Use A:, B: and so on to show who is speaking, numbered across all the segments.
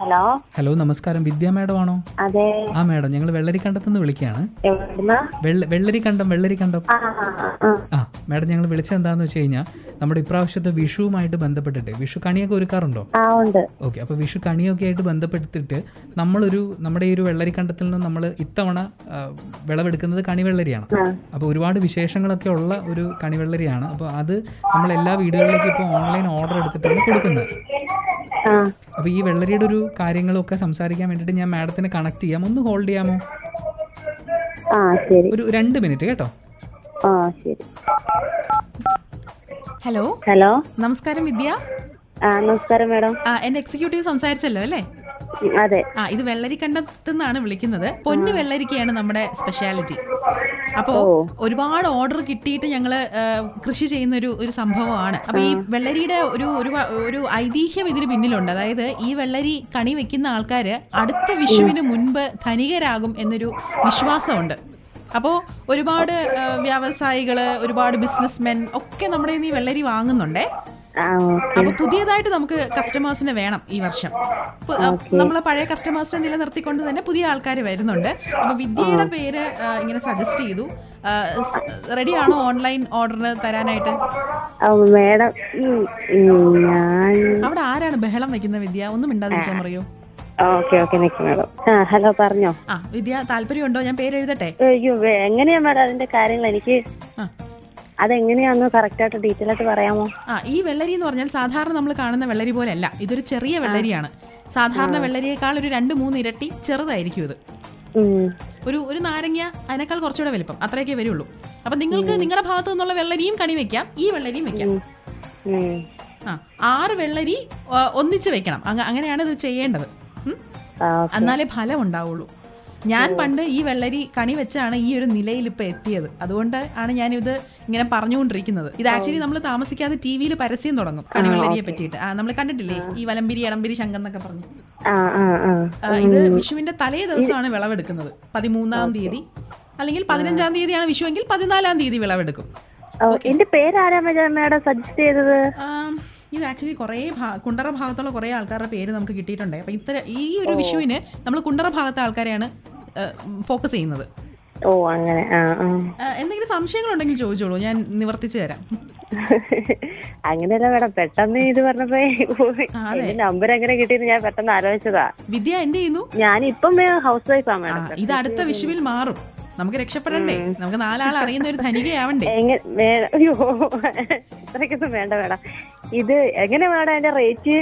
A: Hello
B: hello നമസ്കാരം Vidya madam ആണോ
A: അതെ
B: ആ മാഡം ഞങ്ങൾ വെള്ളരിക്കണ്ടത്തുനിന്ന് വിളിക്കുകയാണ്
A: എവിടുന്നാ
B: വെള്ള വെള്ളരിക്കണ്ടം വെള്ളരിക്കണ്ടം
A: ആ ആ, ആ.
B: ആ മാഡം ഞങ്ങൾ വിളിച്ചത് എന്താന്ന് വെച്ച് കഴിഞ്ഞാൽ നമ്മുടെ ഇപ്രാവശ്യത്തെ വിഷുവുമായിട്ട് ബന്ധപ്പെട്ടിട്ട് വിഷു കണിയൊക്കെ ഒരുക്കാറുണ്ടോ
A: ആ ഉണ്ട്
B: ഓക്കെ അപ്പോൾ വിഷു കണിയൊക്കെ ആയിട്ട് ബന്ധപ്പെടുത്തിട്ട് നമ്മളൊരു നമ്മുടെ ഈ ഒരു വെള്ളരിക്കണ്ടത്തിൽ നിന്ന് നമ്മൾ ഇത്തവണ ആ, വിളവെടുക്കുന്നത് കണിവെള്ളരിയാണ് അപ്പോൾ ഒരുപാട് വിശേഷങ്ങളൊക്കെ ഉള്ള ഒരു കണിവെള്ളരിയാണ് അപ്പോൾ അത് നമ്മൾ എല്ലാ വീടുകളിലേക്കും ഇപ്പോൾ ഓൺലൈൻ ഓർഡർ എടുത്തിട്ടാണ് കൊടുക്കുന്നത്
A: ആ
B: അപ്പോൾ ഈ വെള്ളരിയുടെ ഒരു കാര്യങ്ങളൊക്കെ സംസാരിക്കാൻ വേണ്ടിയിട്ട് ഞാൻ മാഡത്തിനെ കണക്ട് ചെയ്യാം ഒന്ന് ഹോൾഡ് ചെയ്യാമോ
A: ആ ശരി
B: ഒരു രണ്ട് മിനിറ്റ് കേട്ടോ
A: ആ ശരി
C: ഹലോ
A: ഹലോ
C: നമസ്കാരം വിദ്യ
A: ആ നമസ്കാരം മാഡം
C: ആ, എന്റെ എക്സിക്യൂട്ടീവ് സംസാരിച്ചല്ലോ അല്ലേ
A: ഉം, അതെ
C: ആ ഇത് വെള്ളരിക്കണ്ടത്ത് നിന്നാണ് വിളിക്കുന്നത് പൊന്നു വെള്ളരിക്കയാണ് നമ്മുടെ സ്പെഷ്യാലിറ്റി അപ്പോ ഒരുപാട് ഓർഡർ കിട്ടിയിട്ട് ഞങ്ങള് ആ, കൃഷി ചെയ്യുന്ന ഒരു ഒരു സംഭവമാണ് അപ്പൊ ഈ വെള്ളരിയുടെ ഒരു ഒരു വ- ഒരു ഐതിഹ്യം ഇതിന് പിന്നിലുണ്ട് അതായത് ഈ വെള്ളരി കണി വെക്കുന്ന ആൾക്കാര് അടുത്ത വിഷുവിന് മുൻപ് ധനികരാകും എന്നൊരു വിശ്വാസമുണ്ട് അപ്പോൾ ഒരുപാട് ആ, വ്യാവസായികള് ഒരുപാട് ബിസിനസ്മെൻ ഒക്കെ നമ്മുടെ കയ്യിൽ നിന്ന് ഈ വെള്ളരി വാങ്ങുന്നുണ്ടേ
A: ആ
C: അപ്പോൾ പുതിയതായിട്ട് നമുക്ക് കസ്റ്റമേഴ്സിനെ വേണം ഈ വർഷം നമ്മളെ പഴയ കസ്റ്റമേഴ്സിനെ നിലനിർത്തിക്കൊണ്ട് തന്നെ പുതിയ ആൾക്കാർ വരുന്നുണ്ട് അപ്പോൾ വിദ്യയുടെ പേര് ആ, ഇങ്ങനെ സജസ്റ്റ് ചെയ്തു റെഡി ആണോ ഓൺലൈൻ ഓർഡറിന് തരാനായിട്ട്
A: ആ, മാഡം ഉം, ഉം, ഞാൻ
C: അവിടെ ആരാണ് ബഹളം വെക്കുന്ന വിദ്യ ഒന്നും മിണ്ടാതിരിക്കാൻ പറയൂ
A: ഓക്കെ ഓക്കെ നിൽക്കും മാഡം ആ ഹലോ പറഞ്ഞോ
C: ആ വിദ്യ താല്പര്യമുണ്ടോ ഞാൻ പേര് എഴുതട്ടെ
A: അയ്യോ വേ- എങ്ങനെയാ മാഡം അതിന്റെ കാര്യങ്ങൾ എനിക്ക്
C: ആ
A: അതെങ്ങനെയാന്ന് കറക്റ്റ് ആയിട്ട് ഡീറ്റെയിൽ ആയിട്ട് പറയാമോ
C: ആ ഈ വെള്ളരി എന്ന് പറഞ്ഞാൽ സാധാരണ നമ്മൾ കാണുന്ന വെള്ളരി പോലെയല്ല ഇതൊരു ചെറിയ വെള്ളരിയാണ് സാധാരണ വെള്ളരിയേക്കാൾ ഒരു രണ്ട് മൂന്ന് ഇരട്ടി ചെറുതായിരിക്കും ഇത്
A: ഉം.
C: ഒരു ഒരു നാരങ്ങ അതിനേക്കാൾ കുറച്ചുകൂടെ വലിപ്പം അത്രയൊക്കെ വരുള്ളൂ അപ്പൊ നിങ്ങൾക്ക് നിങ്ങളുടെ ഭാഗത്തു നിന്നുള്ള വെള്ളരിയും കണി വെക്കാം ഈ വെള്ളരിയും വെക്കാം
A: ഉം.
C: ആ ആറ് വെള്ളരി ആ, ഒന്നിച്ച് വെക്കണം അങ്ങ- അങ്ങനെയാണ് ഇത് ചെയ്യേണ്ടത് ഉം.
A: ആ,
C: എന്നാലേ ഫലം ഉണ്ടാവുള്ളൂ ഞാൻ പണ്ട് ഈ വെള്ളരി കണി വെച്ചാണ് ഈ ഒരു നിലയിൽ ഇപ്പൊ എത്തിയത് അതുകൊണ്ട് ആണ് ഞാൻ ഇത് ഇങ്ങനെ പറഞ്ഞുകൊണ്ടിരിക്കുന്നത് ഇത് ആക്ച്വലി നമ്മൾ താമസിക്കാതെ ടി വിയിൽ പരസ്യം തുടങ്ങും കണി വെള്ളരിയെ പറ്റിയിട്ട് ആ നമ്മൾ കണ്ടിട്ടില്ലേ ഈ വലമ്പിരി ഇളമ്പിരി ശങ്കം എന്നൊക്കെ പറഞ്ഞു
A: ആ ആ ആ
C: ആ, ഇത് വിഷുവിന്റെ തലേ ദിവസമാണ് വിളവെടുക്കുന്നത് പതിമൂന്നാം തീയതി അല്ലെങ്കിൽ പതിനഞ്ചാം തീയതിയാണ് വിഷുവെങ്കിൽ പതിനാലാം തീയതി വിളവെടുക്കും
A: ഓ, എന്റെ പേരാരാ മേ- മാഡം സജസ്റ്റ് ചെയ്തത്
C: ആ, ഇത് ആക്ച്വലി കുറേ ഭാ- കുണ്ടറ ഭാഗത്തുള്ള കുറേ ആൾക്കാരുടെ പേര് നമുക്ക് കിട്ടിയിട്ടുണ്ട് അപ്പം ഇത്തരം ഈ ഒരു വിഷുവിന് നമ്മൾ കുണ്ടറ ഭാഗത്തെ ആൾക്കാരെയാണ് ഫോക്കസ് ചെയ്യുന്നത്
A: ഓ അങ്ങനെ ആ ആ
C: ആ, എന്തെങ്കിലും സംശയങ്ങളുണ്ടെങ്കിൽ ചോദിച്ചോളൂ ഞാൻ നിവർത്തിച്ചു തരാം
A: അങ്ങനെയല്ല മാഡം പെട്ടെന്ന് ഇത് പറഞ്ഞപ്പോ
C: ആ, അതെ.
A: എന്റെ നമ്പർ എങ്ങനെ കിട്ടിയത് ഞാൻ പെട്ടെന്ന് ആലോചിച്ചതാ
C: വിദ്യ എന്ത് ചെയ്യുന്നു
A: ഞാൻ ഇപ്പം ഹൗസ് വൈഫാ
C: ആ,
A: മാഡം
C: ഇത് അടുത്ത വിഷുവിൽ മാറും നമുക്ക് രക്ഷപ്പെടണ്ടേ നമുക്ക് നാലാൾ അറിയുന്ന ഒരു ധനികയാവണ്ടേ
A: എങ്ങനെ മേ- അയ്യോ ഇത്രയ്ക്കൊന്നും വേണ്ട മാഡം ഇത് എങ്ങനെ മാഡം അതിന്റെ റേറ്റ്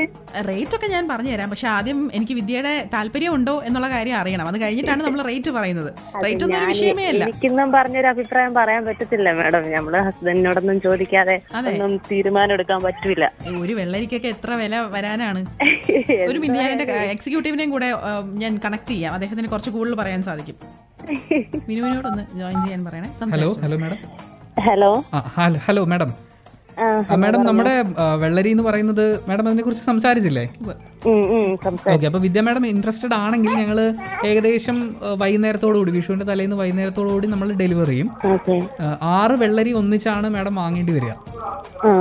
C: റേറ്റ് ഒക്കെ ഞാൻ പറഞ്ഞു തരാം പക്ഷെ ആദ്യം എനിക്ക് വിദ്യയുടെ താല്പര്യം ഉണ്ടോ എന്നുള്ള കാര്യം അറിയണം അത് കഴിഞ്ഞിട്ടാണ് നമ്മൾ റേറ്റ് പറയുന്നത് റേറ്റ് ഒന്നും ഒരു വിഷയമേ അല്ല
A: എനിക്കൊന്നും പറഞ്ഞൊരു അഭിപ്രായം പറയാൻ പറ്റത്തില്ല മാഡം നമ്മള് ഹസ്ബൻഡിനോടൊന്നും ചോദിക്കാതെ
C: അതെ.
A: ഒന്നും തീരുമാനം എടുക്കാൻ പറ്റൂല
C: ഒരു വെള്ളരിക്കൊക്കെ എത്ര വില വരാനാണ് ഒരു മിനിറ്റ് ഞാൻ എന്റെ എക്സിക്യൂട്ടീവിനെയും കൂടെ ആ, ഞാൻ കണക്ട് ചെയ്യാം അദ്ദേഹത്തിന് കുറച്ച് കൂടുതൽ പറയാൻ സാധിക്കും മിനുവിനോടൊന്ന് ജോയിൻ ചെയ്യാൻ പറയണേ
B: ഹലോ
C: സംസാരിച്ചു
B: ഹലോ മാഡം
A: ഹലോ
B: ആ ഹാ- ഹലോ മാഡം
A: ആ
B: ആ, മാഡം നമ്മുടെ ആ, വെള്ളരി എന്ന് പറയുന്നത് മാഡം അതിനെ കുറിച്ച് സംസാരിച്ചില്ലേ
A: ഉം, ഉം, സംസാരിക്കാം.
B: ഓക്കെ അപ്പോൾ വിദ്യ മാഡം ഇൻട്രസ്റ്റഡ് ആണെങ്കിൽ ഞങ്ങൾ ഏകദേശം ആ, വൈകുന്നേരത്തോടുകൂടി വിഷുവിൻ്റെ തലേന്ന് വൈകുന്നേരത്തോടുകൂടി നമ്മൾ ഡെലിവറി ചെയ്യും
A: ഓക്കെ
B: ആ, ആറ് വെള്ളരി ഒന്നിച്ചാണ് മാഡം വാങ്ങേണ്ടി വരിക
A: ആ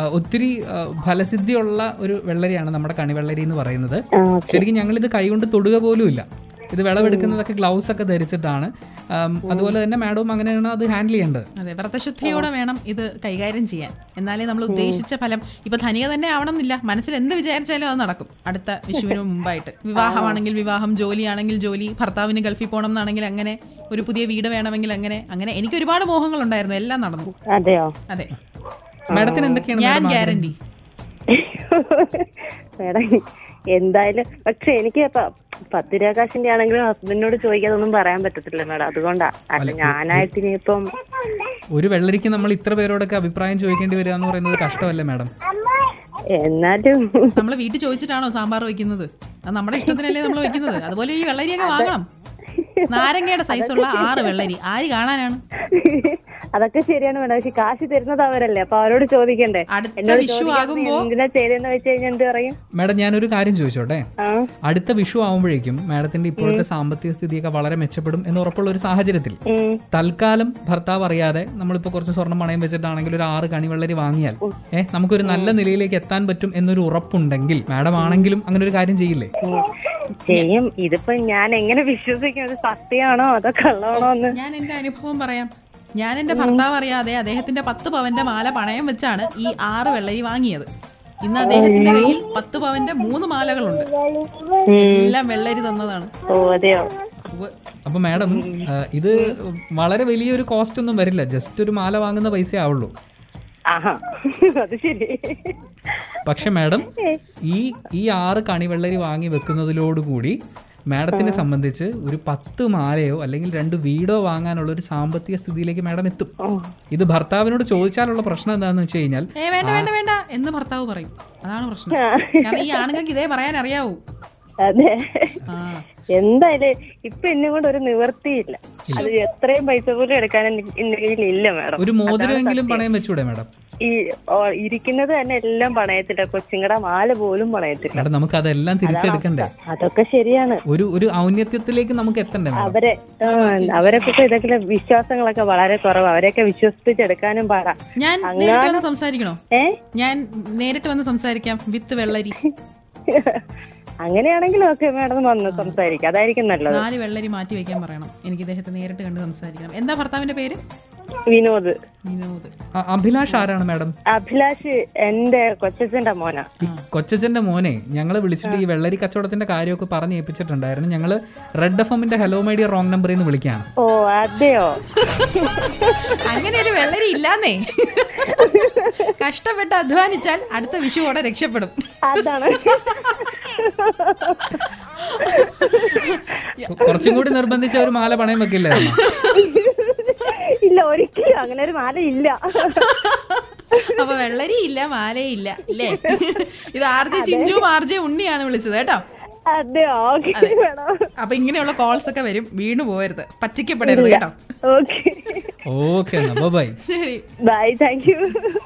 B: ആ, ഒത്തിരി ആ, ഫലസിദ്ധിയുള്ള ഒരു വെള്ളരിയാണ് നമ്മുടെ കണിവെള്ളരി എന്ന് പറയുന്നത്
A: ആ,
B: ശരിക്കും ഞങ്ങളിത് കൈകൊണ്ട് തൊടുക പോലുമില്ല ഇത് വിളവെടുക്കുന്നതൊക്കെ ഗ്ലൗസ് ഒക്കെ ധരിച്ചിട്ടാണ് ആം, അതുപോലെ തന്നെ മാഡവും അങ്ങനെയാണ് അത് ഹാൻഡിൽ ചെയ്യേണ്ടത്
C: അതെ വ്രതശുദ്ധിയോടെ വേണം ഇത് കൈകാര്യം ചെയ്യാൻ എന്നാലേ നമ്മൾ ഉദ്ദേശിച്ച ഫലം ഇപ്പൊ ധനിക തന്നെ ആവണം എന്നില്ല മനസ്സിൽ എന്ത് വിചാരിച്ചാലും അത് നടക്കും അടുത്ത വിഷുവിന് മുമ്പായിട്ട് വിവാഹമാണെങ്കിൽ വിവാഹം ജോലിയാണെങ്കിൽ ജോലി ഭർത്താവിന് ഗൾഫിൽ പോകണം എന്നാണെങ്കിൽ അങ്ങനെ ഒരു പുതിയ വീട് വേണമെങ്കിൽ അങ്ങനെ അങ്ങനെ എനിക്ക് ഒരുപാട് മോഹങ്ങളുണ്ടായിരുന്നു എല്ലാം നടന്നു
A: അതെയോ
C: അതെ
B: മാഡത്തിന് എന്തൊക്കെയാണ്
C: ഞാൻ
B: മാഡം ആഗ്രഹം?
C: ഗ്യാരണ്ടി
A: മേഡം എന്തായാലും പക്ഷെ എനിക്ക് പ- പത്ത് രൂപ കാശിന്റെ ആണെങ്കിലും ഹസ്ബൻഡിനോട് ചോദിക്കാതൊന്നും പറയാൻ പറ്റത്തില്ല മേഡം അതുകൊണ്ടാ അല്ല ഞാനായിട്ട് ഇനിയിപ്പം
B: ഒരു വെള്ളരിക്ക് നമ്മൾ ഇത്ര പേരോടൊക്കെ അഭിപ്രായം ചോദിക്കേണ്ടി വരിക എന്ന് പറയുന്നത് കഷ്ടമല്ലേ മാഡം
A: എന്നാലും
C: നമ്മൾ വീട്ടിൽ ചോദിച്ചിട്ടാണോ സാമ്പാർ വെക്കുന്നത് അത് നമ്മുടെ ഇഷ്ടത്തിനല്ലേ നമ്മൾ വെക്കുന്നത് അതുപോലെ ഈ വെള്ളരിയൊക്കെ വാങ്ങണം നാരങ്ങയുടെ സൈസുള്ള ആറ് വെള്ളരി ആര് കാണാനാണ്
A: അതൊക്കെ ശരിയാണ് മേഡം പക്ഷെ കാശ് തരുന്നത് അവരല്ലേ അപ്പൊ അവരോട് ചോദിക്കണ്ടേ
C: അടുത്ത
A: എന്നോട്
C: വിഷു
A: ചോദിക്കാൻ നീ
C: ആകുമ്പോ-
A: എന്തിനാ ചെയ്തെന്ന് വെച്ച് കഴിഞ്ഞാൽ എന്ത് പറയും
B: മാഡം ഞാനൊരു കാര്യം ചോദിച്ചോട്ടെ
A: ആ
B: അടുത്ത വിഷു ആവുമ്പോഴേക്കും മാഡത്തിന്റെ ഇപ്പോഴത്തെ സാമ്പത്തിക സ്ഥിതിയൊക്കെ വളരെ മെച്ചപ്പെടും എന്ന് ഉറപ്പുള്ള ഒരു സാഹചര്യത്തിൽ
A: ഉം.
B: തൽക്കാലം ഭർത്താവ് അറിയാതെ നമ്മളിപ്പോ കുറച്ച് സ്വർണം പണയം വെച്ചിട്ടാണെങ്കിൽ ഒരു ആറ് കണിവെള്ളരി വാങ്ങിയാൽ ഏഹ് നമുക്കൊരു നല്ല നിലയിലേക്ക് എത്താൻ പറ്റും എന്നൊരു ഉറപ്പുണ്ടെങ്കിൽ മാഡം ആണെങ്കിലും അങ്ങനെ ഒരു കാര്യം ചെയ്യില്ലേ
A: ഉം. ചെയ്യും ഇതിപ്പോ ഞാൻ എങ്ങനെ വിശ്വസിക്കും ഇത് സത്യമാണോ അതോ കള്ളമാണോ എന്ന്
C: ഞാൻ എന്റെ അനുഭവം പറയാം ഞാൻ എന്റെ ഭർത്താവ് അറിയാതെ അദ്ദേഹത്തിന്റെ പത്ത് പവന്റെ മാല പണയം വെച്ചാണ് ഈ ആറ് വെള്ളരി വാങ്ങിയത് ഇന്ന് അദ്ദേഹത്തിന്റെ കയ്യിൽ പത്ത് പവന്റെ മൂന്ന് മാലകളുണ്ട് എല്ലാം വെള്ളരി തന്നതാണ്
A: ഓ അതെയോ
B: അപ്പൊ മാഡം ആ, ഇത് വളരെ വലിയൊരു കോസ്റ്റ് ഒന്നും വരില്ല ജസ്റ്റ് ഒരു മാല വാങ്ങുന്ന പൈസ ആവുള്ളൂ
A: ആഹാ അത് ശരി
B: പക്ഷെ മാഡം ഈ ഈ ആറ് കണിവെള്ളരി വാങ്ങി വെക്കുന്നതിലോടുകൂടി മാഡത്തിനെ സംബന്ധിച്ച് ഒരു പത്ത് മാലയോ അല്ലെങ്കിൽ രണ്ട് വീടോ വാങ്ങാനുള്ള ഒരു സാമ്പത്തിക സ്ഥിതിയിലേക്ക് മാഡം എത്തും ഇത് ഭർത്താവിനോട് ചോദിച്ചാലുള്ള പ്രശ്നം എന്താണെന്ന് വെച്ച് കഴിഞ്ഞാൽ
C: ഏ വേണ്ട വേണ്ട വേണ്ട എന്ന് ഭർത്താവ് പറയും അതാണ് പ്രശ്നം കാരണം ഈ ആണുങ്ങൾക്ക് ഇതേ പറയാൻ അറിയാവൂ
A: അതെ
C: ആ
A: എന്തായാലും ഇപ്പൊ എന്നും കൊണ്ട് ഒരു നിവൃത്തിയില്ല അത് എത്രയും പൈസ പോലും എടുക്കാൻ എന്റെ- എന്റെ കയ്യിൽ ഇല്ല മാഡം
B: ഒരു മോതിരമെങ്കിലും പണയം വെച്ചൂടെ മാഡം
A: ഈ ഓ- ഇരിക്കുന്നത് തന്നെ എല്ലാം പണയത്തില്ല കൊച്ചിങ്ങടെ മാല പോലും പണയത്തില്ല
B: മാഡം നമുക്ക് അതെല്ലാം തിരിച്ചെടുക്കണ്ടേ
A: അതൊക്കെ ശരിയാണ്
B: ഒരു ഒരു ഔന്നത്യത്തിലേക്ക് നമുക്ക് എത്തണ്ടേ മാഡം
A: അവരെ ആ, അവരൊക്കെ ഇപ്പൊ ഇതൊക്കെ വിശ്വാസങ്ങളൊക്കെ വളരെ കുറവ് അവരെയൊക്കെ വിശ്വസിപ്പിച്ചെടുക്കാനും പാടാ
C: ഞാൻ നേരിട്ട് വന്ന് സംസാരിക്കണോ
A: ഏ
C: ഞാൻ നേരിട്ട് വന്ന് സംസാരിക്കാം വിത്ത് വെള്ളരി
A: അങ്ങനെയാണെങ്കിൽ ഓക്കെ മാഡം വന്ന് സംസാരിക്കാം അതായിരിക്കും നല്ലത്
C: നാല് വെള്ളരി മാറ്റി വെക്കാൻ പറയണം എനിക്ക് ഇദ്ദേഹത്തെ നേരിട്ട് കണ്ട് സംസാരിക്കണം എന്താ ഭർത്താവിന്റെ പേര്
A: വിനോദ്
C: വിനോദ്
B: അ- അഭിലാഷ് ആരാണ് മാഡം
A: അഭിലാഷ് എന്റെ കൊച്ചച്ഛന്റെ മോനാ
B: ഈ കൊച്ചച്ഛന്റെ മോനെ ഞങ്ങളെ വിളിച്ചിട്ട് ഈ വെള്ളരി കച്ചവടത്തിന്റെ കാര്യമൊക്കെ പറഞ്ഞ് ഏൽപ്പിച്ചിട്ടുണ്ടായിരുന്നു ഞങ്ങള് റെഡ് എഫ് എമ്മിന്റെ ഹലോ മൈഡിയ റോങ് നമ്പറിൽ നിന്ന് വിളിക്കുകയാണ്
A: ഓ അതെയോ
C: അങ്ങനെ ഒരു വെള്ളരി ഇല്ലാന്നേ കഷ്ടപ്പെട്ട് അധ്വാനിച്ചാൽ അടുത്ത വിഷുവോടെ രക്ഷപ്പെടും
A: അതാണ്
B: കൊ- കുറച്ചും കൂടി നിർബന്ധിച്ച ഒരു മാല പണയം വെക്കില്ലായിരുന്നു
A: ഇല്ല ഒരിക്കലും അങ്ങനെ ഒരു മാല ഇല്ല
C: അപ്പൊ വെള്ളരി ഇല്ല മാലേ ഇല്ല അല്ലേ ഇത് R J Chinchu R J ഉണ്ണിയാണ് വിളിച്ചത് കേട്ടോ
A: അതെയോ ഓക്കെ മാഡം
C: അപ്പൊ ഇങ്ങനെയുള്ള കോൾസ് ഒക്കെ വരും വീണു പോകരുത് പറ്റിക്കപ്പെടരുത് കേട്ടോ
A: ഓക്കെ
B: ഓക്കെ ബൈ
C: ശരി
A: ബൈ താങ്ക് യു